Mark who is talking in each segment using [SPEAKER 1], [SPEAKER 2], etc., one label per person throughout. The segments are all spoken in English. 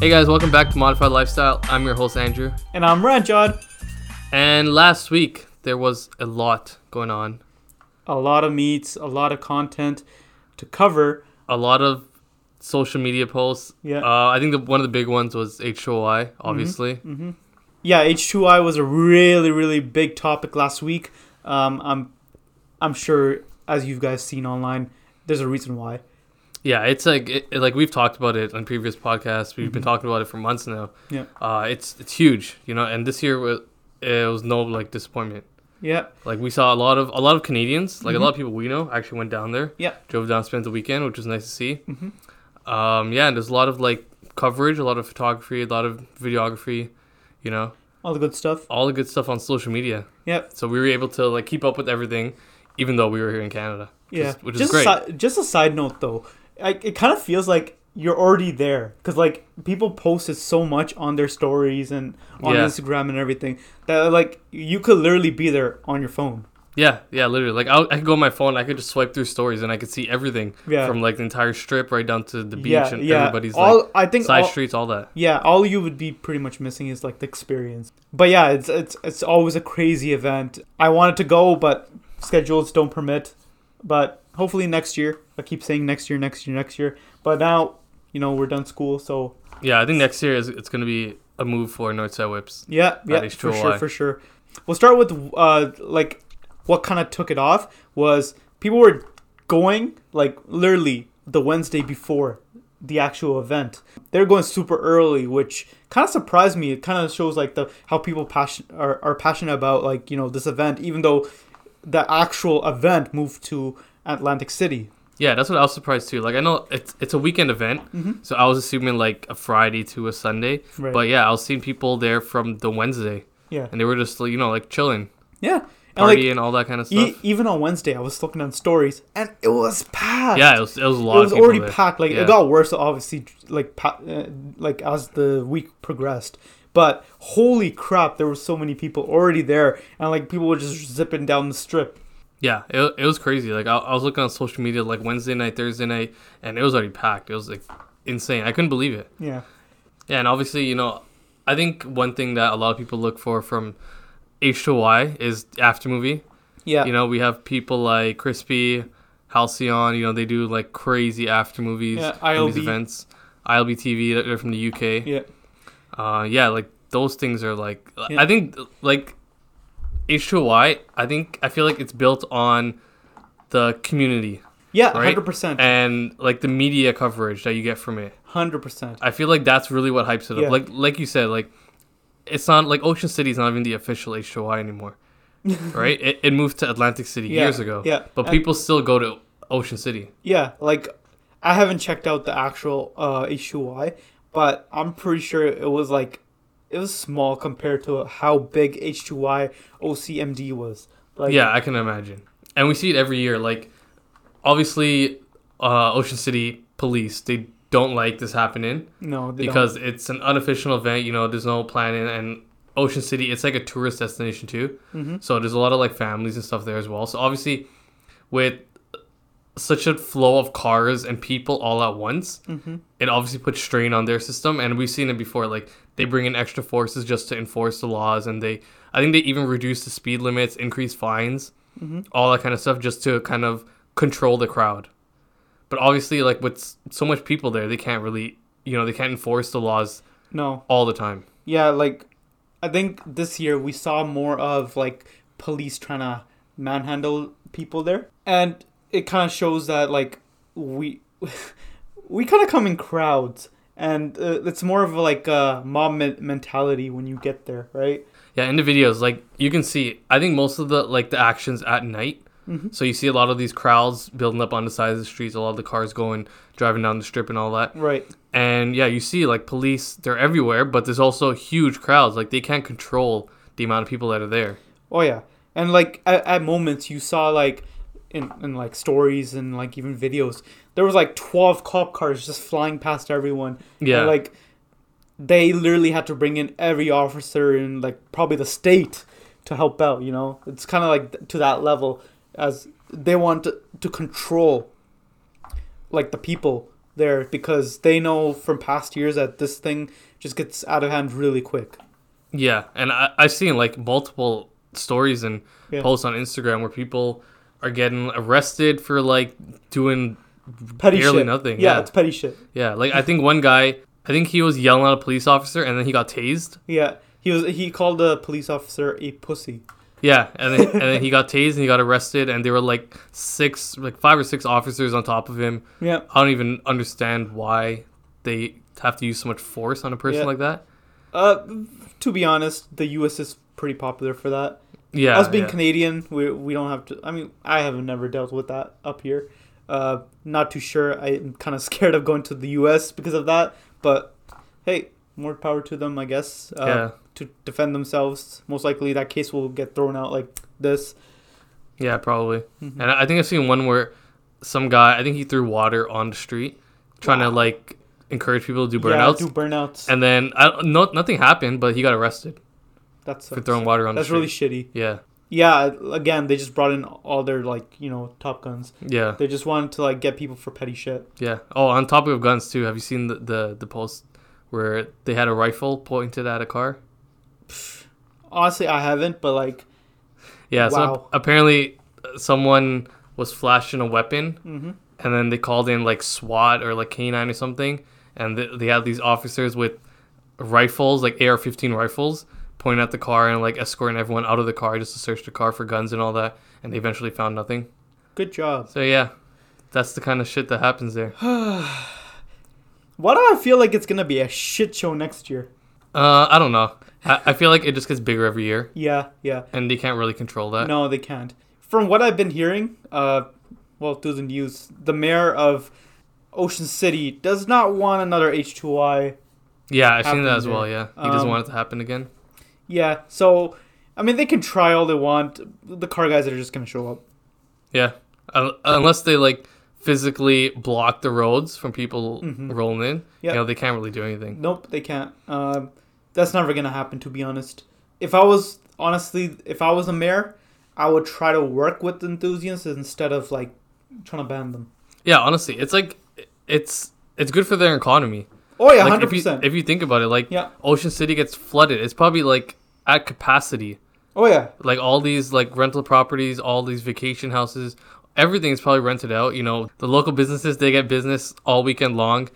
[SPEAKER 1] Hey guys, welcome back to Modified Lifestyle. I'm your host Andrew.
[SPEAKER 2] And I'm Ranjad.
[SPEAKER 1] And last week there was a lot going on.
[SPEAKER 2] A lot of meets, a lot of content to cover.
[SPEAKER 1] A lot of social media posts.
[SPEAKER 2] Yeah. Mm-hmm.
[SPEAKER 1] Uh, I think the, one of the big ones was HOI, obviously.
[SPEAKER 2] Yeah, H2I was a really, really big topic last week. Um, I'm, I'm sure as you guys seen online, there's a reason why.
[SPEAKER 1] Yeah, it's like it, it- like we've talked about it on previous podcasts. We've been talking about it for months now.
[SPEAKER 2] Mm-hmm. Yeah.
[SPEAKER 1] Uh, it's it's huge, you know. And this year was, it was no like disappointment.
[SPEAKER 2] Yeah,
[SPEAKER 1] Like we saw a lot of a lot of Canadians,
[SPEAKER 2] Mm-hmm.
[SPEAKER 1] like a lot of people we know, actually went down there.
[SPEAKER 2] Yeah.
[SPEAKER 1] drove down, spent the weekend, which was nice to see.
[SPEAKER 2] Mm-hmm.
[SPEAKER 1] Um, yeah, and there's a lot of like coverage, a lot of photography, a lot of videography, you know,
[SPEAKER 2] all the good stuff.
[SPEAKER 1] all the good stuff on social media.
[SPEAKER 2] Yeah,
[SPEAKER 1] So we were able to like keep up with everything, even though we were here in Canada. Which
[SPEAKER 2] yeah.
[SPEAKER 1] is, which
[SPEAKER 2] just
[SPEAKER 1] is great.
[SPEAKER 2] A si- just a side note though, I, it kind of feels like you're already there because like people posted so much on their stories and on
[SPEAKER 1] Yeah.
[SPEAKER 2] Instagram and everything that like you could literally be there on your phone.
[SPEAKER 1] yeah, yeah, literally. Like I, I could go on my phone, I could just swipe through stories, and I could see everything
[SPEAKER 2] Yeah.
[SPEAKER 1] from like the entire strip right down to the beach
[SPEAKER 2] yeah,
[SPEAKER 1] and
[SPEAKER 2] yeah.
[SPEAKER 1] everybody's
[SPEAKER 2] all
[SPEAKER 1] like
[SPEAKER 2] I think
[SPEAKER 1] side
[SPEAKER 2] all-
[SPEAKER 1] streets, all that.
[SPEAKER 2] Yeah, all you would be pretty much missing is like the experience. But yeah, it's it's it's always a crazy event. I wanted to go, but schedules don't permit. But hopefully next year. I keep saying next year, next year, next year. But now, you know, we're done school, so
[SPEAKER 1] Yeah, I think next year is it's gonna be a move for Northside Whips.
[SPEAKER 2] yeah, yeah,
[SPEAKER 1] is
[SPEAKER 2] for
[SPEAKER 1] true,
[SPEAKER 2] sure,
[SPEAKER 1] why?
[SPEAKER 2] for sure. We'll start with uh like what kind of took it off was people were going like literally the Wednesday before the actual event. They're going super early, which kind of surprised me. It kind of shows like the how people passion are, are passionate about like you know this event, even though the actual event moved to Atlantic City.
[SPEAKER 1] Yeah, that's what I was surprised too. Like I know it's it's a weekend event, so I was assuming like a Friday to a Sunday.
[SPEAKER 2] Mm-hmm. Right.
[SPEAKER 1] But yeah, I was seeing people there from the Wednesday,
[SPEAKER 2] Yeah,
[SPEAKER 1] and they were just you know like chilling,
[SPEAKER 2] yeah, and
[SPEAKER 1] partying,
[SPEAKER 2] like.
[SPEAKER 1] all that kind of
[SPEAKER 2] E-
[SPEAKER 1] stuff.
[SPEAKER 2] even on Wednesday, I was looking on stories, and it was packed.
[SPEAKER 1] yeah, it was it was a lot.
[SPEAKER 2] it was
[SPEAKER 1] of people
[SPEAKER 2] already
[SPEAKER 1] there.
[SPEAKER 2] packed. Like
[SPEAKER 1] Yeah.
[SPEAKER 2] it got worse, obviously. Like pa- uh, like as the week progressed, but holy crap, there were so many people already there, and like people were just zipping down the strip.
[SPEAKER 1] Yeah, it, it was crazy. Like I, I was looking on social media like Wednesday night, Thursday night, and it was already packed. It was like insane. I couldn't believe it.
[SPEAKER 2] Yeah,
[SPEAKER 1] Yeah, and obviously, you know, I think one thing that a lot of people look for from H to Y is after movie.
[SPEAKER 2] yeah,
[SPEAKER 1] You know, we have people like Crispy, Halcyon, you know, they do like crazy after movies
[SPEAKER 2] Yeah,
[SPEAKER 1] and these
[SPEAKER 2] ILB.
[SPEAKER 1] events. ILB TV, they're- they're from the UK.
[SPEAKER 2] yeah,
[SPEAKER 1] Uh, yeah, like those things are like,
[SPEAKER 2] Yeah.
[SPEAKER 1] I think like H2Y, I think, I feel like it's built on the community
[SPEAKER 2] yeah,
[SPEAKER 1] Right?
[SPEAKER 2] hundred percent,
[SPEAKER 1] and like the media coverage that you get from it.
[SPEAKER 2] hundred percent.
[SPEAKER 1] I feel like that's really what hypes it up.
[SPEAKER 2] Yeah.
[SPEAKER 1] Like like you said, like it's not like Ocean City's not even the official HOI anymore. right? It, it moved to Atlantic City
[SPEAKER 2] Yeah,
[SPEAKER 1] years ago.
[SPEAKER 2] yeah.
[SPEAKER 1] But
[SPEAKER 2] And-
[SPEAKER 1] people still go to Ocean City.
[SPEAKER 2] Yeah, like I haven't checked out the actual uh HUI, but I'm pretty sure it was like it was small compared to how big H2Y OCMD was. Like,
[SPEAKER 1] Yeah, I can imagine. And we see it every year. Like obviously uh, Ocean City police, they don't like this happening
[SPEAKER 2] no, they don't.
[SPEAKER 1] because it's an unofficial event, you know, there's no planning and Ocean City, it's like a tourist destination too. So there's a lot of like families and stuff there as well. So obviously, with such a flow of cars and people all at once, it obviously puts strain on their system. And we've seen it before. Like they bring in extra forces just to enforce the laws, and they, I think they even reduce the speed limits, increase fines, all that kind of stuff, just to kind of control the crowd. But obviously, like with s- so much people there, they can't really, you know, they can't enforce the laws
[SPEAKER 2] no.
[SPEAKER 1] all the time.
[SPEAKER 2] Yeah, like I think this year we saw more of like police trying to manhandle people there, and it kind of shows that like we we kind of come in crowds, and uh, it's more of like a mob men- mentality when you get there, right?
[SPEAKER 1] Yeah, in the videos, like you can see, I think most of the like the actions at night.
[SPEAKER 2] Mm-hmm.
[SPEAKER 1] So you see a lot of these crowds building up on the sides of the streets, a lot of the cars going driving down the strip and all that.
[SPEAKER 2] Right.
[SPEAKER 1] And yeah, you see like police, they're everywhere, but there's also huge crowds. Like they can't control the amount of people that are there.
[SPEAKER 2] Oh yeah, and like at, at moments you saw like in in like stories and like even videos, there was like twelve cop cars just flying past everyone. And,
[SPEAKER 1] Yeah.
[SPEAKER 2] like they literally had to bring in every officer in like probably the state to help out. You know, it's kind of like th- to that level as they want to, to control like the people, there because they know from past years that this thing just gets out of hand really quick.
[SPEAKER 1] Yeah, and I, I've seen like multiple stories and
[SPEAKER 2] Yeah.
[SPEAKER 1] posts on Instagram where people are getting arrested for like doing
[SPEAKER 2] Petty
[SPEAKER 1] Barely
[SPEAKER 2] shit.
[SPEAKER 1] nothing,
[SPEAKER 2] Yeah,
[SPEAKER 1] yeah.
[SPEAKER 2] it's petty shit.
[SPEAKER 1] yeah. Like I think one guy, I think he was yelling at a police officer and then he got tased.
[SPEAKER 2] Yeah, he was he called the police officer a pussy.
[SPEAKER 1] Yeah, and then, and then he got tased and he got arrested and there were like six, like five or six officers on top of him.
[SPEAKER 2] Yeah,
[SPEAKER 1] I don't even understand why they have to use so much force on a person
[SPEAKER 2] Yeah.
[SPEAKER 1] like that.
[SPEAKER 2] Uh, to be honest, the U.S. is pretty popular for that.
[SPEAKER 1] Yeah,
[SPEAKER 2] Us being
[SPEAKER 1] yeah.
[SPEAKER 2] Canadian, we we don't have to. I mean, I have never dealt with that up here. Uh, not too sure. I'm kind of scared of going to the U.S. because of that. But hey, more power to them, I guess. Uh,
[SPEAKER 1] Yeah.
[SPEAKER 2] To defend themselves, most likely that case will get thrown out like this.
[SPEAKER 1] Yeah, probably.
[SPEAKER 2] Mm-hmm.
[SPEAKER 1] And I I think I've seen one where some guy, I think he threw water on the street, trying to like encourage people to do burnouts.
[SPEAKER 2] Yeah, do burnouts.
[SPEAKER 1] and then I, no, nothing happened, but he got arrested
[SPEAKER 2] that's
[SPEAKER 1] for throwing water on
[SPEAKER 2] that's
[SPEAKER 1] the
[SPEAKER 2] really
[SPEAKER 1] street.
[SPEAKER 2] shitty.
[SPEAKER 1] yeah,
[SPEAKER 2] Yeah. Again, they just brought in all their like you know top guns.
[SPEAKER 1] yeah,
[SPEAKER 2] They just wanted to like get people for petty shit.
[SPEAKER 1] yeah. Oh, on topic of guns too, have you seen the the, the post where they had a rifle pointed at a car?
[SPEAKER 2] Honestly, I haven't, but like,
[SPEAKER 1] Yeah.
[SPEAKER 2] Wow.
[SPEAKER 1] So apparently, uh, someone was flashing a weapon,
[SPEAKER 2] Mhm.
[SPEAKER 1] and then they called in like SWAT or like K9 or something, and th- they had these officers with rifles, like AR-15 rifles, pointing at the car and like escorting everyone out of the car just to search the car for guns and all that, and they eventually found nothing.
[SPEAKER 2] good job.
[SPEAKER 1] So yeah, that's the kind of shit that happens there.
[SPEAKER 2] Why do I feel like it's gonna be a shit show next year?
[SPEAKER 1] Uh, I don't know. I, I feel like it just gets bigger every year,
[SPEAKER 2] Yeah, yeah.
[SPEAKER 1] and they can't really control that.
[SPEAKER 2] No, they can't. From what I've been hearing, uh, well, through the news, the mayor of Ocean City does not want another H2I.
[SPEAKER 1] Yeah, I've seen
[SPEAKER 2] Happened
[SPEAKER 1] that as well.
[SPEAKER 2] there.
[SPEAKER 1] Yeah, he doesn't
[SPEAKER 2] Um,
[SPEAKER 1] want it to happen again.
[SPEAKER 2] Yeah, so, I mean, they can try all they want. The car guys are just gonna show up.
[SPEAKER 1] Yeah, Un- unless they like physically block the roads from people
[SPEAKER 2] Mm-hmm.
[SPEAKER 1] rolling in,
[SPEAKER 2] Yeah.
[SPEAKER 1] you know, they can't really do anything.
[SPEAKER 2] Nope, they can't. Um, that's never gonna happen, to be honest. If I was honestly, if I was a mayor, I would try to work with enthusiasts instead of like trying to ban them.
[SPEAKER 1] Yeah, honestly, it's like it's it's good for their economy.
[SPEAKER 2] Oh yeah,
[SPEAKER 1] Like
[SPEAKER 2] hundred
[SPEAKER 1] if you
[SPEAKER 2] percent.
[SPEAKER 1] if you think about it, like
[SPEAKER 2] Yeah.
[SPEAKER 1] Ocean City gets flooded, it's probably like at capacity.
[SPEAKER 2] Oh yeah,
[SPEAKER 1] Like all these like rental properties, all these vacation houses, everything is probably rented out. You know, the local businesses they get business all weekend long,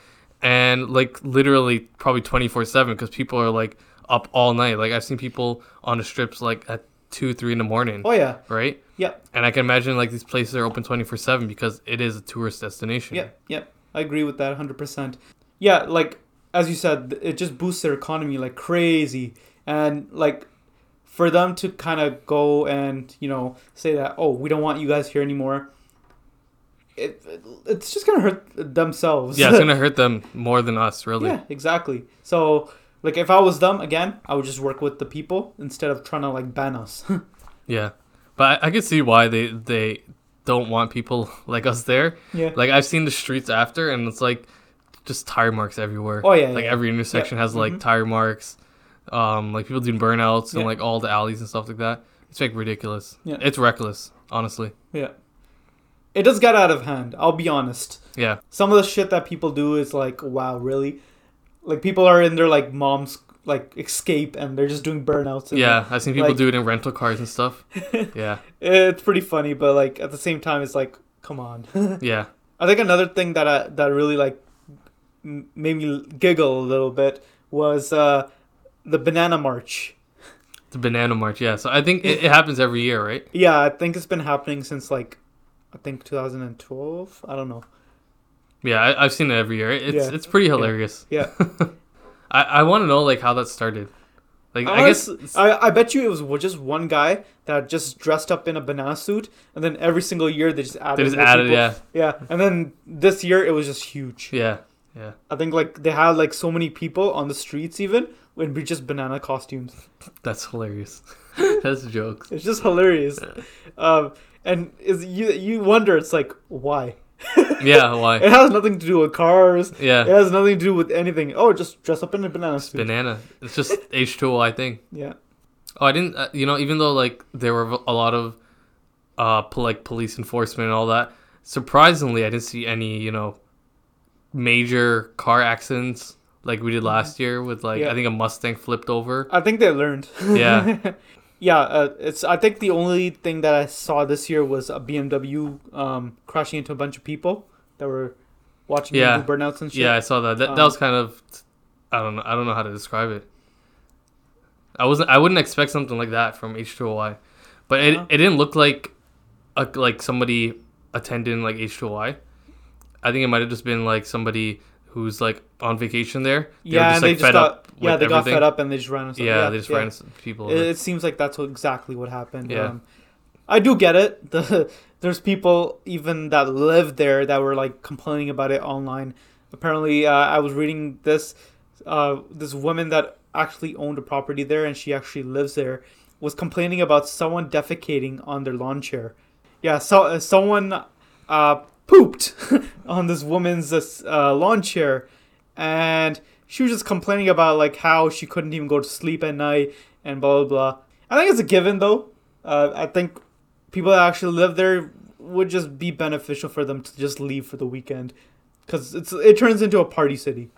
[SPEAKER 1] and like literally probably twenty four seven because people are like up all night. Like I've seen people on the strips like at two three in the morning,
[SPEAKER 2] oh yeah,
[SPEAKER 1] right?
[SPEAKER 2] yep,
[SPEAKER 1] And I can imagine like these places are open twenty four seven because it is a tourist destination.
[SPEAKER 2] yep, yep. I agree with that hundred percent. Yeah, like as you said, th- it just boosts their economy like crazy, and like for them to kind of go and you know say that oh we don't want you guys here anymore. It, it's just gonna hurt themselves.
[SPEAKER 1] Yeah, it's gonna hurt them more than us, really.
[SPEAKER 2] Yeah, exactly. So, like, if I was them again, I would just work with the people instead of trying to like ban us. Oh,
[SPEAKER 1] Yeah, but I, I could see why they they don't want people like us there.
[SPEAKER 2] yeah.
[SPEAKER 1] Like I've seen the streets after, and it's like just tire marks everywhere.
[SPEAKER 2] Oh, yeah, yeah,
[SPEAKER 1] like
[SPEAKER 2] yeah. Mm-hmm.
[SPEAKER 1] every intersection has like tire marks. Um, like people doing burnouts and
[SPEAKER 2] Yeah.
[SPEAKER 1] like all the alleys and stuff like that. It's like ridiculous.
[SPEAKER 2] Yeah.
[SPEAKER 1] it's reckless, honestly.
[SPEAKER 2] yeah. It does get out of hand. I'll be honest.
[SPEAKER 1] Yeah,
[SPEAKER 2] Some of the shit that people do is like, wow, really? Like, people are in their like mom's like escape and they're just doing burnouts. And,
[SPEAKER 1] yeah. I've seen people
[SPEAKER 2] Like-
[SPEAKER 1] do it in rental cars and stuff. yeah,
[SPEAKER 2] eh, It's pretty funny, but like at the same time, it's like, come on.
[SPEAKER 1] yeah,
[SPEAKER 2] I think another thing that I, that really like m- made me giggle a little bit was uh, the banana march.
[SPEAKER 1] the banana march. Yeah, so I think it, it happens every year, right?
[SPEAKER 2] Yeah, I think it's been happening since like I think 2012. I don't know.
[SPEAKER 1] Yeah, I, I've seen it every year. It's
[SPEAKER 2] Yeah.
[SPEAKER 1] it's pretty hilarious.
[SPEAKER 2] Yeah.
[SPEAKER 1] I, I want to know like how that started. Like I guess
[SPEAKER 2] Honest- I, I bet you it was wa- just one guy that just dressed up in a banana suit, and then every single year they just added.
[SPEAKER 1] They just
[SPEAKER 2] more
[SPEAKER 1] added,
[SPEAKER 2] people.
[SPEAKER 1] yeah.
[SPEAKER 2] Yeah, and then this year it was just huge.
[SPEAKER 1] yeah, yeah.
[SPEAKER 2] I think like they had like so many people on the streets even would be just banana costumes.
[SPEAKER 1] That's hilarious. That's jokes.
[SPEAKER 2] It's just hilarious. um, and is you you wonder it's like why
[SPEAKER 1] Yeah, why?
[SPEAKER 2] it has nothing to do with cars. It
[SPEAKER 1] Yeah,
[SPEAKER 2] has nothing to do with anything. Oh, just dress up in a banana suit.
[SPEAKER 1] banana. It's just H two O. I think.
[SPEAKER 2] yeah.
[SPEAKER 1] Oh, I didn't. Uh, you know, even though like there were a lot of, uh, pol- like police enforcement and all that. Surprisingly, I didn't see any. You know, major car accidents like we did last year with like
[SPEAKER 2] Mm-hmm. Yeah.
[SPEAKER 1] I think a Mustang flipped over.
[SPEAKER 2] I think they learned.
[SPEAKER 1] Yeah.
[SPEAKER 2] yeah. Uh, it's. I think the only thing that I saw this year was a BMW um, crashing into a bunch of people that were watching
[SPEAKER 1] Yeah.
[SPEAKER 2] BMW burnouts and shit.
[SPEAKER 1] Yeah, I saw that. That, that
[SPEAKER 2] Um,
[SPEAKER 1] was kind of I don't know I don't know how to describe it. I wasn't I wouldn't expect something like that from H2OI. But it,
[SPEAKER 2] Uh-huh.
[SPEAKER 1] it didn't look like a, like somebody attending like H2OI. I think it might have just been like somebody who's like on vacation there. They were
[SPEAKER 2] Yeah, and they just got,
[SPEAKER 1] with
[SPEAKER 2] yeah, they got
[SPEAKER 1] everything.
[SPEAKER 2] fed up and they just ran. into-
[SPEAKER 1] Yeah, they just ran into people.
[SPEAKER 2] It, it seems like that's what, exactly what happened.
[SPEAKER 1] Yeah.
[SPEAKER 2] Um, I do get it. The, there's people even that live there that were like complaining about it online. Apparently, uh, I was reading this uh, this woman that actually owned a property there and she actually lives there was complaining about someone defecating on their lawn chair. Yeah, so uh, someone uh, pooped on this woman's uh, s- uh, lawn chair, and she was just complaining about like how she couldn't even go to sleep at night and blah blah blah. I think it's a given though. Uh, I think people that actually live there would just be beneficial for them to just leave for the weekend because it's it turns into a party city.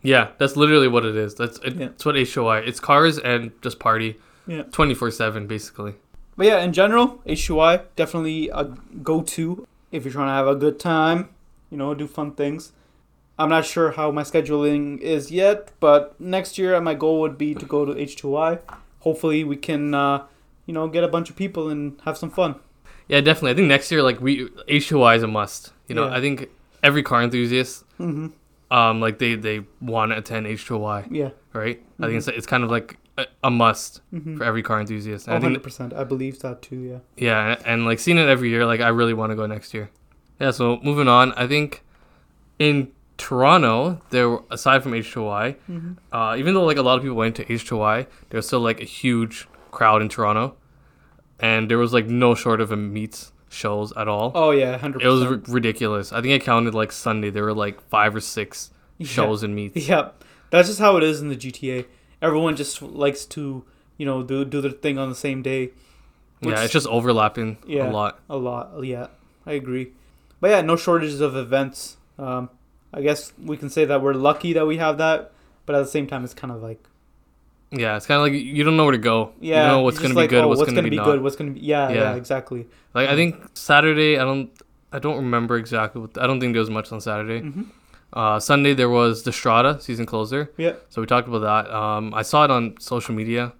[SPEAKER 1] Yeah, that's literally what it is. That's it,
[SPEAKER 2] Yeah.
[SPEAKER 1] it's what HOI. It's cars and just party.
[SPEAKER 2] Yeah.
[SPEAKER 1] Twenty four seven basically.
[SPEAKER 2] But yeah, in general, HUI definitely a go to if you're trying to have a good time, you know, do fun things. I'm not sure how my scheduling is yet, but next year my goal would be to go to H2I. Hopefully, we can, uh, you know, get a bunch of people and have some fun.
[SPEAKER 1] Yeah, definitely. I think next year like we HOI is a must. You know,
[SPEAKER 2] Yeah.
[SPEAKER 1] I think every car enthusiast
[SPEAKER 2] Mm-hmm.
[SPEAKER 1] um like they they want to attend HOI,
[SPEAKER 2] Yeah,
[SPEAKER 1] right? I think it's, it's kind of like a, a must for every car enthusiast. And I think
[SPEAKER 2] 100%. I believe that too. Yeah.
[SPEAKER 1] yeah, and, and like seeing it every year, like I really want to go next year. Yeah, so moving on, I think in Toronto, there were, aside from H2Y, uh, even though like a lot of people went to H2Y, there was still like a huge crowd in Toronto, and there was like no short of a meets shows at all.
[SPEAKER 2] Oh yeah, hundred
[SPEAKER 1] It was
[SPEAKER 2] percent.
[SPEAKER 1] r- ridiculous. I think I counted like Sunday there were like five or six shows and meets.
[SPEAKER 2] Yeah, that's just how it is in the GTA. Everyone just likes to, you know, do do their thing on the same day.
[SPEAKER 1] yeah,
[SPEAKER 2] Which-
[SPEAKER 1] it's just overlapping
[SPEAKER 2] Yeah.
[SPEAKER 1] a lot.
[SPEAKER 2] A lot, yeah, I agree. But yeah, no shortages of events. Um, I guess we can say that we're lucky that we have that, but at the same time, it's kind of like
[SPEAKER 1] Yeah, it's kind of like y- you don't know where to go.
[SPEAKER 2] yeah,
[SPEAKER 1] you don't know what's
[SPEAKER 2] it's just
[SPEAKER 1] gonna be
[SPEAKER 2] like,
[SPEAKER 1] good,
[SPEAKER 2] oh,
[SPEAKER 1] what's, gonna, be, not.
[SPEAKER 2] good, what's gonna be yeah, yeah,
[SPEAKER 1] Yeah.
[SPEAKER 2] exactly.
[SPEAKER 1] Like I think Saturday, I don't, I don't remember exactly. What, I don't think there was much on Saturday.
[SPEAKER 2] hmm
[SPEAKER 1] Uh, Sunday there was the Strada season closer,
[SPEAKER 2] Yeah,
[SPEAKER 1] so we talked about that. Um, I saw it on social media.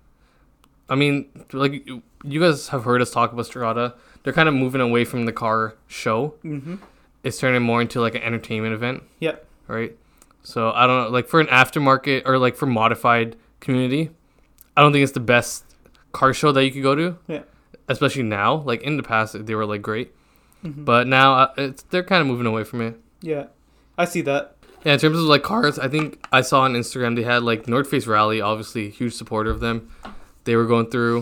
[SPEAKER 1] I mean, like you- you guys have heard us talk about Strada. They're kind of moving away from the car show.
[SPEAKER 2] mm-hmm.
[SPEAKER 1] It's turning more into like an entertainment event.
[SPEAKER 2] Yeah.
[SPEAKER 1] Right. So I don't know, like for an aftermarket or like for modified community, I don't think it's the best car show that you could go to.
[SPEAKER 2] Yeah.
[SPEAKER 1] Especially now, like in the past, they were like great,
[SPEAKER 2] Mhm.
[SPEAKER 1] but now uh, it's, they're kind of moving away from it.
[SPEAKER 2] yeah, I see that.
[SPEAKER 1] Yeah, in terms of like cars, I think I saw on Instagram they had like North Face Rally, obviously huge supporter of them. They were going through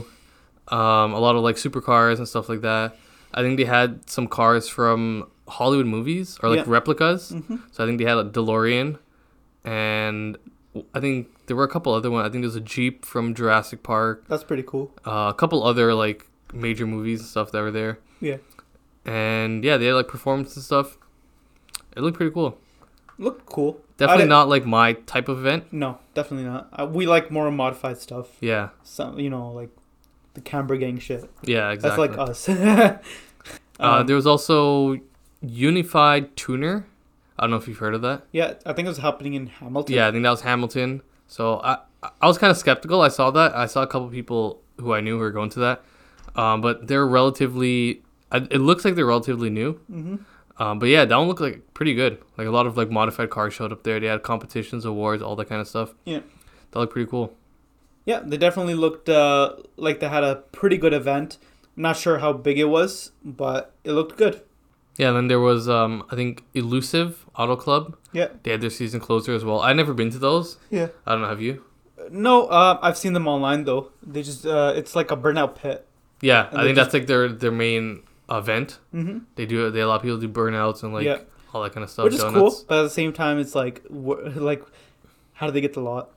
[SPEAKER 1] um, a lot of like supercars and stuff like that. I think they had some cars from Hollywood movies or like
[SPEAKER 2] Yeah.
[SPEAKER 1] replicas.
[SPEAKER 2] Mm-hmm.
[SPEAKER 1] So I think they had a DeLorean, and I think there were a couple other ones. I think there was a Jeep from Jurassic Park,
[SPEAKER 2] That's pretty cool.
[SPEAKER 1] uh, a couple other like major movies and stuff that were there.
[SPEAKER 2] Yeah.
[SPEAKER 1] And yeah, they had like performance and stuff. It looked pretty cool.
[SPEAKER 2] Look cool.
[SPEAKER 1] Definitely
[SPEAKER 2] didn't-
[SPEAKER 1] not like my type of event.
[SPEAKER 2] No, definitely not. Uh, we like more modified stuff.
[SPEAKER 1] Yeah,
[SPEAKER 2] Some, you know, like the Canberra gang shit.
[SPEAKER 1] yeah, exactly.
[SPEAKER 2] That's like um, us. um,
[SPEAKER 1] uh, there was also Unified Tuner. I don't know if you've heard of that.
[SPEAKER 2] yeah, I think it was happening in Hamilton.
[SPEAKER 1] Yeah, I think that was Hamilton. So I I- I was kind of skeptical. I saw that. I saw a couple people who I knew who were going to that, um, but they're relatively. I- It looks like they're relatively new.
[SPEAKER 2] hmm
[SPEAKER 1] Um, but yeah, that one looked like pretty good. Like a lot of like modified cars showed up there. They had competitions, awards, all that kind of stuff.
[SPEAKER 2] Yeah.
[SPEAKER 1] that looked pretty cool.
[SPEAKER 2] Yeah, they definitely looked uh, like they had a pretty good event. I'm not sure how big it was, but it looked good.
[SPEAKER 1] Yeah, and then there was um, I think Elusive Auto Club.
[SPEAKER 2] Yeah.
[SPEAKER 1] They had their season closer as well. I've never been to those.
[SPEAKER 2] Yeah.
[SPEAKER 1] I don't know. Have you?
[SPEAKER 2] No, uh, I've seen them online though. They just uh, it's like a burnout pit.
[SPEAKER 1] Yeah,
[SPEAKER 2] And
[SPEAKER 1] I
[SPEAKER 2] they
[SPEAKER 1] think that's like their their main event.
[SPEAKER 2] Mm-hmm.
[SPEAKER 1] They do they allow people to do burnouts and like
[SPEAKER 2] Yeah.
[SPEAKER 1] all that kind of stuff.
[SPEAKER 2] Which is
[SPEAKER 1] donuts.
[SPEAKER 2] cool, but at the same time, it's like wh- like how do they get the lot?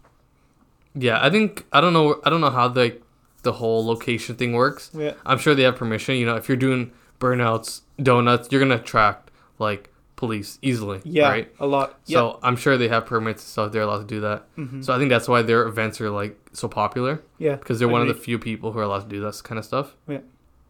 [SPEAKER 1] Yeah, I think I don't know. I don't know how the the whole location thing works.
[SPEAKER 2] Yeah.
[SPEAKER 1] I'm sure they have permission. You know, if you're doing burnouts, donuts, you're gonna attract like police easily.
[SPEAKER 2] Yeah,
[SPEAKER 1] Right.
[SPEAKER 2] a lot. Yeah. Mm-hmm.
[SPEAKER 1] So I'm sure they have permits and stuff. They're allowed to do that. So I think that's why their events are like so popular
[SPEAKER 2] yeah.
[SPEAKER 1] because they're one of the
[SPEAKER 2] Agreed.
[SPEAKER 1] few people who are allowed to do this kind of stuff.
[SPEAKER 2] Yeah.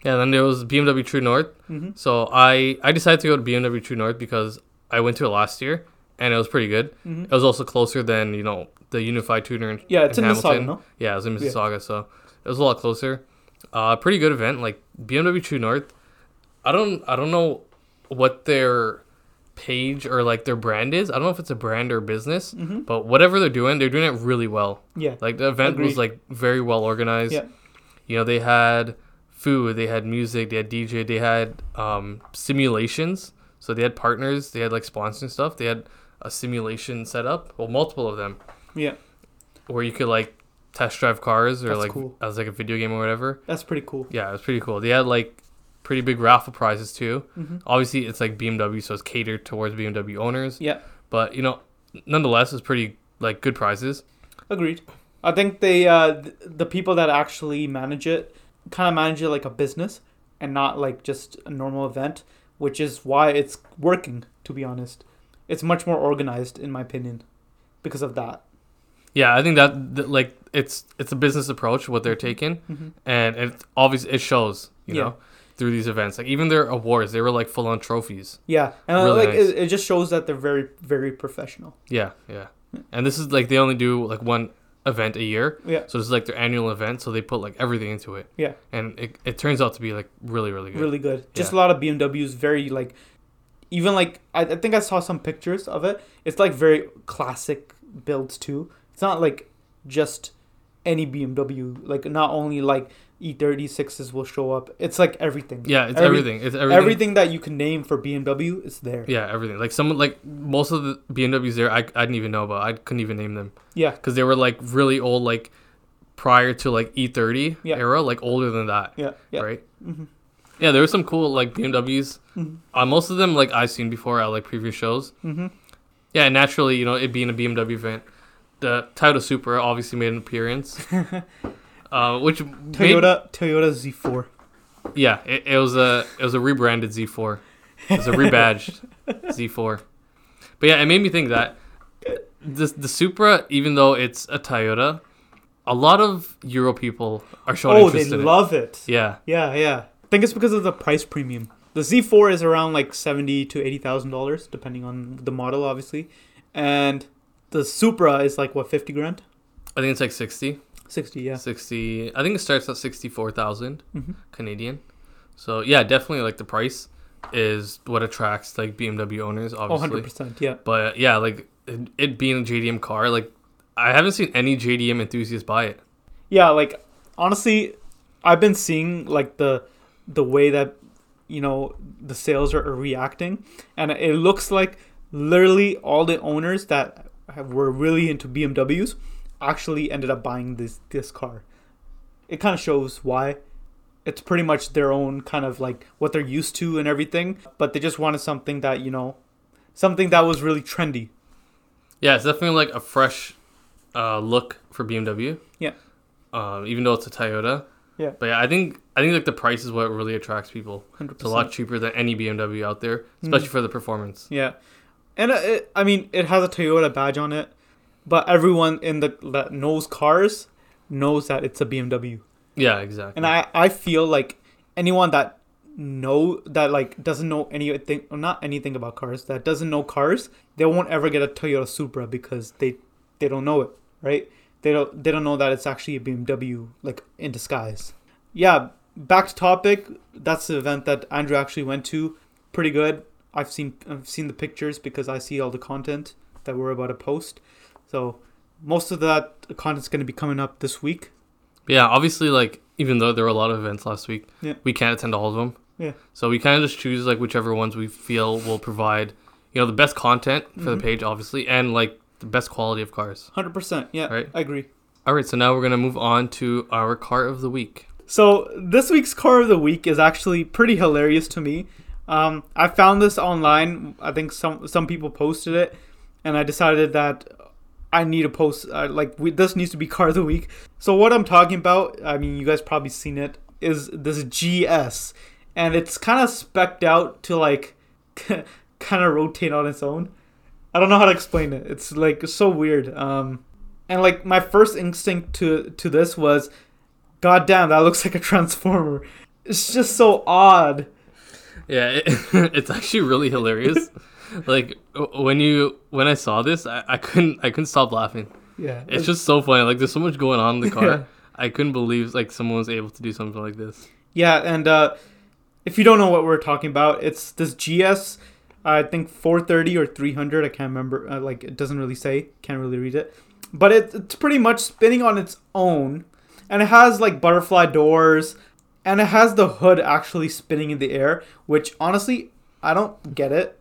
[SPEAKER 1] And then there was BMW True North.
[SPEAKER 2] Mhm.
[SPEAKER 1] So I I decided to go to BMW True North because I went to it last year and it was pretty good.
[SPEAKER 2] Mhm.
[SPEAKER 1] It was also closer than you know the Unified Tuner. In,
[SPEAKER 2] Yeah, it's in Mississauga,
[SPEAKER 1] Hamilton.
[SPEAKER 2] no?
[SPEAKER 1] Yeah, it was in
[SPEAKER 2] Yeah.
[SPEAKER 1] Mississauga, so it was a lot closer. Uh, pretty good event. Like BMW True North. I don't I don't know what their page or like their brand is. I don't know if it's a brand or business,
[SPEAKER 2] Mhm.
[SPEAKER 1] but whatever they're doing, they're doing it really well.
[SPEAKER 2] Yeah.
[SPEAKER 1] Like the event was
[SPEAKER 2] Agreed.
[SPEAKER 1] like very well organized.
[SPEAKER 2] Yeah.
[SPEAKER 1] You know, they had food, they had music, they had DJ, they had um, simulations. So they had partners, they had like sponsors and stuff. They had a simulation set up, well, multiple of them,
[SPEAKER 2] Yeah.
[SPEAKER 1] where you could like test drive cars or
[SPEAKER 2] That's
[SPEAKER 1] like
[SPEAKER 2] cool.
[SPEAKER 1] as like a video game or whatever.
[SPEAKER 2] That's pretty cool.
[SPEAKER 1] Yeah, it was pretty cool. They had like pretty big raffle prizes too.
[SPEAKER 2] Mhm.
[SPEAKER 1] Obviously, it's like BMW, so it's catered towards BMW owners.
[SPEAKER 2] Yeah.
[SPEAKER 1] But you know, nonetheless, it's pretty like good prizes.
[SPEAKER 2] Agreed. I think they uh th- the people that actually manage it kind of manage it like a business and not like just a normal event, which is why it's working to be honest. It's much more organized in my opinion because of that.
[SPEAKER 1] Yeah, I think that th- like it's it's a business approach what they're taking,
[SPEAKER 2] Mhm.
[SPEAKER 1] and it obviously it shows you
[SPEAKER 2] Yeah.
[SPEAKER 1] know through these events. Like even their awards, they were like full on trophies.
[SPEAKER 2] Yeah. And uh,
[SPEAKER 1] Really
[SPEAKER 2] like
[SPEAKER 1] nice.
[SPEAKER 2] it, it just shows that they're very very professional.
[SPEAKER 1] Yeah, yeah. And this is like they only do like one event a year,
[SPEAKER 2] Yeah.
[SPEAKER 1] so this is like their annual event. So they put like everything into it.
[SPEAKER 2] Yeah.
[SPEAKER 1] and it, it turns out to be like really really good.
[SPEAKER 2] really good. Just
[SPEAKER 1] Yeah.
[SPEAKER 2] a lot of BMWs, very like, even like I, I think I saw some pictures of it. It's like very classic builds too. It's not like just any BMW. Like not only like E36s will show up. It's like everything.
[SPEAKER 1] Yeah, it's
[SPEAKER 2] Every-
[SPEAKER 1] everything. It's everything.
[SPEAKER 2] everything, that you can name for BMW is there. Yeah,
[SPEAKER 1] Yeah, everything. Like someone like most of the BMWs there, I I didn't even know about. I couldn't even name them.
[SPEAKER 2] yeah,
[SPEAKER 1] because they were like really old, like prior to like E30
[SPEAKER 2] Yeah.
[SPEAKER 1] era, like older than that,
[SPEAKER 2] yeah.
[SPEAKER 1] right?
[SPEAKER 2] Mhm.
[SPEAKER 1] Yeah, there were some cool like BMWs.
[SPEAKER 2] Mhm.
[SPEAKER 1] Uh, most of them like I've seen before at like previous shows.
[SPEAKER 2] Mm-hmm.
[SPEAKER 1] Yeah, and naturally, you know, it being a BMW event, the Toyota Supra obviously made an appearance, uh, which made-
[SPEAKER 2] Toyota Toyota Z4.
[SPEAKER 1] yeah, it, it was a it was a rebranded Z4. It was a rebadged Z4. But yeah, it made me think that the the Supra, even though it's a Toyota, a lot of Euro people are showing
[SPEAKER 2] Oh, they
[SPEAKER 1] interest in
[SPEAKER 2] love it.
[SPEAKER 1] it. Yeah,
[SPEAKER 2] Yeah, yeah. I think it's because of the price premium. The Z4 is around like seventy to eighty thousand dollars, depending on the model, obviously, and the Supra is like what fifty grand,
[SPEAKER 1] I think it's like 60,
[SPEAKER 2] sixty, yeah.
[SPEAKER 1] 60 I think it starts at sixty four thousand
[SPEAKER 2] Mhm.
[SPEAKER 1] Canadian. So yeah, definitely like the price is what attracts like BMW owners,
[SPEAKER 2] Oh, 100
[SPEAKER 1] obviously.
[SPEAKER 2] percent, yeah.
[SPEAKER 1] But yeah, like it, it being a JDM car, like I haven't seen any JDM enthusiasts buy it.
[SPEAKER 2] yeah like honestly i've been seeing like the the way that you know the sales are, are reacting and it looks like literally all the owners that have, were really into bmws actually ended up buying this this car it kind of shows why it's pretty much their own kind of like what they're used to and everything but they just wanted something that you know something that was really trendy
[SPEAKER 1] Yeah, it's definitely like a fresh uh, look for BMW.
[SPEAKER 2] Yeah.
[SPEAKER 1] Um, even though it's a Toyota.
[SPEAKER 2] Yeah.
[SPEAKER 1] But yeah, I think I think like the price is what really attracts people.
[SPEAKER 2] 100%.
[SPEAKER 1] It's a lot cheaper than any BMW out there, especially for the performance.
[SPEAKER 2] Mm-hmm. Yeah, and uh, it, I mean, it has a Toyota badge on it, but everyone in the that knows cars knows that it's a BMW.
[SPEAKER 1] Yeah, exactly.
[SPEAKER 2] And I I feel like anyone that know that like doesn't know anything or not anything about cars that doesn't know cars, they won't ever get a Toyota Supra because they they don't know it, right? They don't they don't know that it's actually a BMW like in disguise. Yeah, back to topic. That's the event that Andrew actually went to. Pretty good. I've seen I've seen the pictures because I see all the content that we're about to post. So most of that content's going to be coming up this week.
[SPEAKER 1] But yeah, obviously, like even though there were a lot of events last week,
[SPEAKER 2] Yeah.
[SPEAKER 1] we can't attend all of them.
[SPEAKER 2] Yeah.
[SPEAKER 1] So we kind of just choose like whichever ones we feel will provide, you know, the best content for the
[SPEAKER 2] Mhm.
[SPEAKER 1] page, obviously, and like the best quality of cars.
[SPEAKER 2] Hundred percent. Yeah,
[SPEAKER 1] Right.
[SPEAKER 2] I agree.
[SPEAKER 1] All right, so now we're gonna move on to our car of the week.
[SPEAKER 2] So this week's car of the week is actually pretty hilarious to me. Um, I found this online. I think some some people posted it, and I decided that I need to post uh, like we, this needs to be car of the week. So what I'm talking about, I mean, you guys probably seen it, is this GS, and it's kind of specked out to like kind of rotate on its own. I don't know how to explain it. It's like so weird. Um, and like my first instinct to to this was, God damn, that looks like a transformer. It's just so odd.
[SPEAKER 1] Yeah, it, it's actually really hilarious. like w- when you when I saw this, I, I couldn't I couldn't stop laughing.
[SPEAKER 2] Yeah,
[SPEAKER 1] It's just so funny. Like there's so much going on in the car.
[SPEAKER 2] Yeah.
[SPEAKER 1] I couldn't believe like someone was able to do something like this.
[SPEAKER 2] Yeah, and uh, if you don't know what we're talking about, it's this GS, I think 430 or 300. I can't remember. Uh, like it doesn't really say. Can't really read it. But it, it's pretty much spinning on its own, and it has like butterfly doors, and it has the hood actually spinning in the air. Which honestly, I don't get it.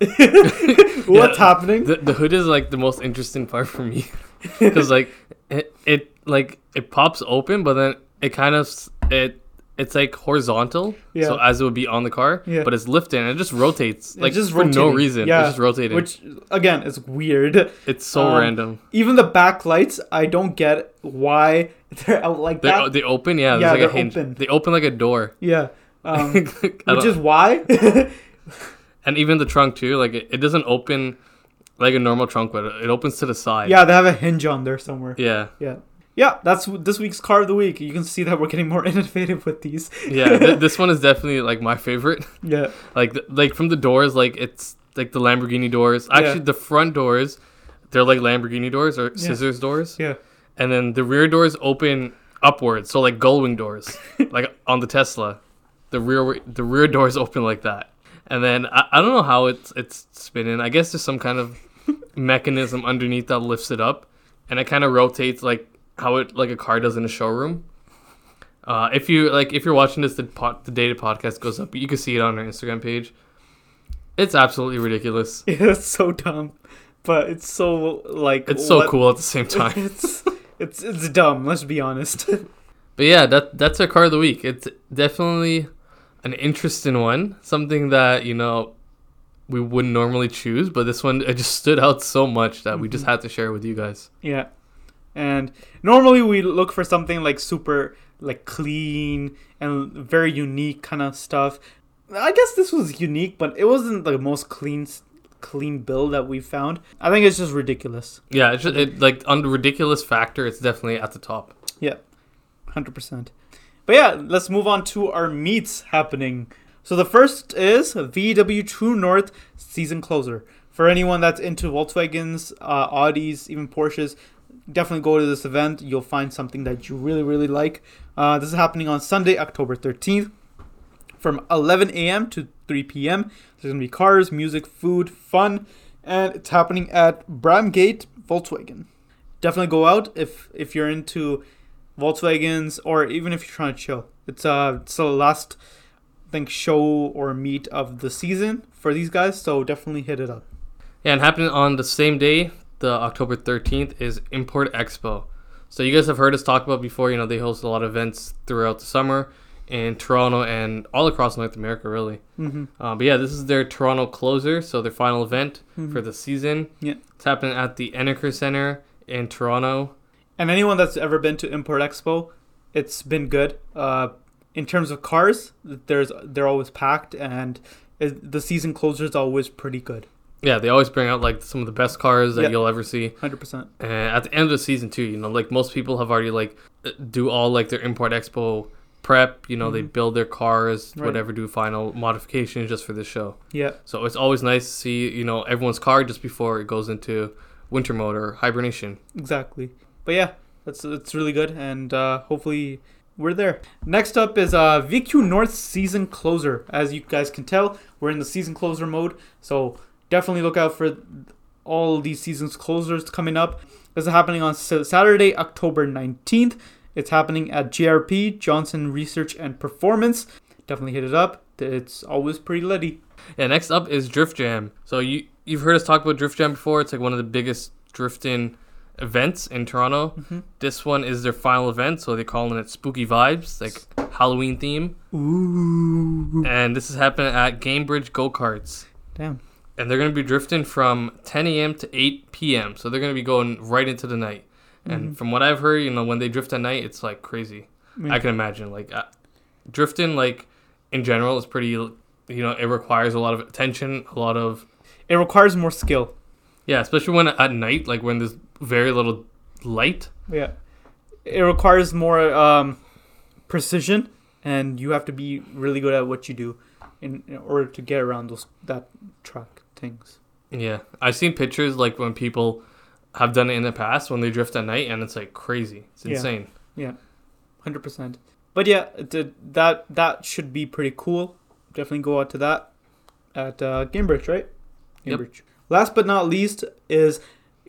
[SPEAKER 2] What's
[SPEAKER 1] Yeah.
[SPEAKER 2] happening?
[SPEAKER 1] The, the hood is like the most interesting part for me because like it, it like it pops open, but then it kind of s- it it's like horizontal,
[SPEAKER 2] Yeah.
[SPEAKER 1] so as it would be on the car,
[SPEAKER 2] Yeah.
[SPEAKER 1] but it's lifting and it just rotates
[SPEAKER 2] It's
[SPEAKER 1] like
[SPEAKER 2] just
[SPEAKER 1] for no
[SPEAKER 2] rotating.
[SPEAKER 1] reason.
[SPEAKER 2] Yeah.
[SPEAKER 1] It's just rotating.
[SPEAKER 2] Which again is weird.
[SPEAKER 1] it's so
[SPEAKER 2] um,
[SPEAKER 1] random.
[SPEAKER 2] Even the back lights, I don't get why they're out like
[SPEAKER 1] They,
[SPEAKER 2] that.
[SPEAKER 1] they open, yeah.
[SPEAKER 2] yeah,
[SPEAKER 1] There's like a
[SPEAKER 2] they're
[SPEAKER 1] hinge.
[SPEAKER 2] open.
[SPEAKER 1] They open like a door,
[SPEAKER 2] yeah. Um,
[SPEAKER 1] I don't-
[SPEAKER 2] which is why
[SPEAKER 1] and even the trunk too. Like it, it doesn't open like a normal trunk, but it opens to the side.
[SPEAKER 2] yeah they have a hinge on there somewhere
[SPEAKER 1] yeah.
[SPEAKER 2] yeah yeah that's w- this week's car of the week you can see that we're getting more innovative with these
[SPEAKER 1] yeah th- this one is definitely like my favorite
[SPEAKER 2] yeah
[SPEAKER 1] like th- like from the doors like it's like the lamborghini doors
[SPEAKER 2] Yeah.
[SPEAKER 1] actually the front doors they're like lamborghini doors or scissors doors
[SPEAKER 2] yeah
[SPEAKER 1] and then the rear doors open upwards so like gullwing doors like on the tesla the rear the rear doors open like that and then i, I don't know how it's it's spinning i guess there's some kind of mechanism underneath that lifts it up and it kind of rotates like how it like a car does in a showroom uh, if you like if you're watching this the, pod, the data podcast goes up you can see it on our instagram page it's absolutely ridiculous
[SPEAKER 2] it's so dumb but it's so like
[SPEAKER 1] it's so
[SPEAKER 2] what-
[SPEAKER 1] cool at the same time
[SPEAKER 2] it's it's it's dumb let's be honest
[SPEAKER 1] But yeah, that that's our car of the week. It's definitely an interesting one, something that you know we wouldn't normally choose, but this one it just stood out so much that we just had to share it with you guys.
[SPEAKER 2] yeah and normally we look for something like super like clean and very unique kind of stuff i guess this was unique but it wasn't the most clean s- clean bill that we found i think it's just ridiculous
[SPEAKER 1] Yeah, it's just, it like on the ridiculous factor, it's definitely at the top.
[SPEAKER 2] Yeah, hundred percent. But yeah, let's move on to our meets happening. So the first is VW True North season closer. For anyone that's into Volkswagens, uh, Audis, even Porsches, definitely go to this event. You'll find something that you really, really like. Uh, this is happening on Sunday, October thirteenth, from eleven a.m. to three p.m. There's gonna be cars, music, food, fun, and it's happening at Bramgate Volkswagen. Definitely go out if if you're into Volkswagens, or even if you're trying to chill. It's uh, it's the last, I think, show or meet of the season for these guys, so definitely hit it up.
[SPEAKER 1] Yeah, and happening on the same day, the October 13th, is Import Expo. So you guys have heard us talk about before, you know, they host a lot of events throughout the summer in Toronto and all across North America, really.
[SPEAKER 2] Mm-hmm.
[SPEAKER 1] Uh, but yeah, this is their Toronto closer, so their final event
[SPEAKER 2] Mhm.
[SPEAKER 1] for the season.
[SPEAKER 2] Yeah.
[SPEAKER 1] It's happening at the Enneker Center in Toronto.
[SPEAKER 2] And anyone that's ever been to Import Expo, it's been good. Uh, in terms of cars, there's they're always packed, and it, the season closer is always pretty good.
[SPEAKER 1] Yeah, they always bring out like some of the best cars that
[SPEAKER 2] Yeah.
[SPEAKER 1] you'll ever see.
[SPEAKER 2] Hundred percent.
[SPEAKER 1] And Uh, at the end of the season too, you know, like most people have already like uh, do all like their import expo prep, you know, they
[SPEAKER 2] Mhm.
[SPEAKER 1] build their cars,
[SPEAKER 2] Right.
[SPEAKER 1] whatever, do final modifications just for this show.
[SPEAKER 2] Yeah.
[SPEAKER 1] So it's always nice to see, you know, everyone's car just before it goes into winter mode or hibernation.
[SPEAKER 2] Exactly. But yeah, that's that's really good, and uh, hopefully we're there. Next up is uh, VQ North season closer. As you guys can tell, we're in the season closer mode, so definitely look out for all these seasons closers coming up. This is happening on Sa- Saturday, October nineteenth. It's happening at JRP Johnson Research and Performance. Definitely hit it up. It's always pretty litty.
[SPEAKER 1] Yeah, next up is Drift Jam. So you you've heard us talk about Drift Jam before. It's like one of the biggest drifting events in Toronto. This one is their final event, so they're calling it Spooky Vibes, like Halloween theme.
[SPEAKER 2] Ooh,
[SPEAKER 1] And this is happening at Gamebridge Go Karts.
[SPEAKER 2] damn.
[SPEAKER 1] And they're gonna be drifting from 10 a.m. to 8 p.m. So they're gonna be going right into the night.
[SPEAKER 2] Mm-hmm.
[SPEAKER 1] And from what I've heard, you know, when they drift at night, it's like crazy. I can imagine like uh, drifting like in general is pretty you know it requires a lot of attention, a lot of
[SPEAKER 2] It requires more skill.
[SPEAKER 1] Yeah, especially when at night, like when there's very little light.
[SPEAKER 2] Yeah. It requires more um, precision, and you have to be really good at what you do in, in order to get around those that track things.
[SPEAKER 1] Yeah, I've seen pictures like when people have done it in the past when they drift at night, and it's like crazy. It's
[SPEAKER 2] Yeah.
[SPEAKER 1] insane.
[SPEAKER 2] Yeah, hundred percent. But yeah, th- that that should be pretty cool. Definitely go out to that at uh, Cambridge, right?
[SPEAKER 1] Yep.
[SPEAKER 2] Cambridge. Last but not least is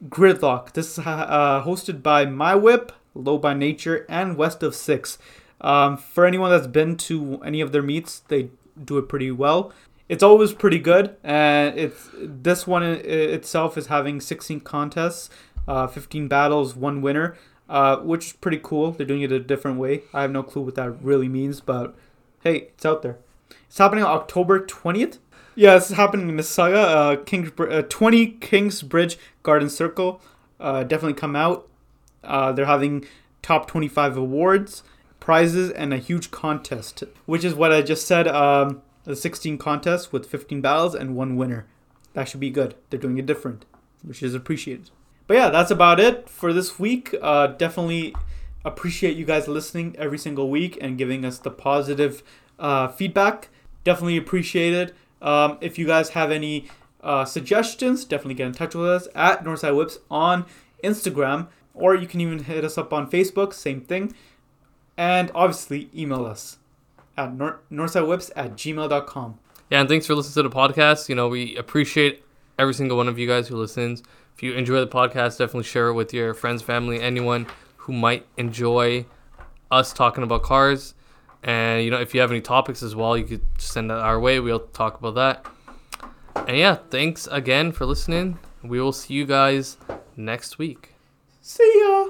[SPEAKER 2] Gridlock. This is uh, hosted by My Whip, Low by Nature, and West of Six. Um, for anyone that's been to any of their meets, they do it pretty well. It's always pretty good, and it's this one i- itself is having 16 contests, uh, 15 battles, one winner, uh, which is pretty cool. They're doing it a different way. I have no clue what that really means, but hey, it's out there. It's happening on October 20th. Yeah, it's happening in Mississauga, uh, Kings, uh, 20 Kingsbridge Garden Circle. Uh, definitely come out. Uh, they're having top 25 awards, prizes, and a huge contest, which is what I just said um, the 16 contests with 15 battles and one winner. That should be good. They're doing it different, which is appreciated. But yeah, that's about it for this week. Uh, definitely appreciate you guys listening every single week and giving us the positive uh, feedback. Definitely appreciate it. Um, if you guys have any uh, suggestions, definitely get in touch with us at Northside Whips on Instagram, or you can even hit us up on Facebook, same thing. And obviously, email us at nor- northsidewhips at gmail.com.
[SPEAKER 1] Yeah, and thanks for listening to the podcast. You know, we appreciate every single one of you guys who listens. If you enjoy the podcast, definitely share it with your friends, family, anyone who might enjoy us talking about cars. And you know, if you have any topics as well, you could send that our way. We'll talk about that. And yeah, thanks again for listening. We will see you guys next week.
[SPEAKER 2] See ya!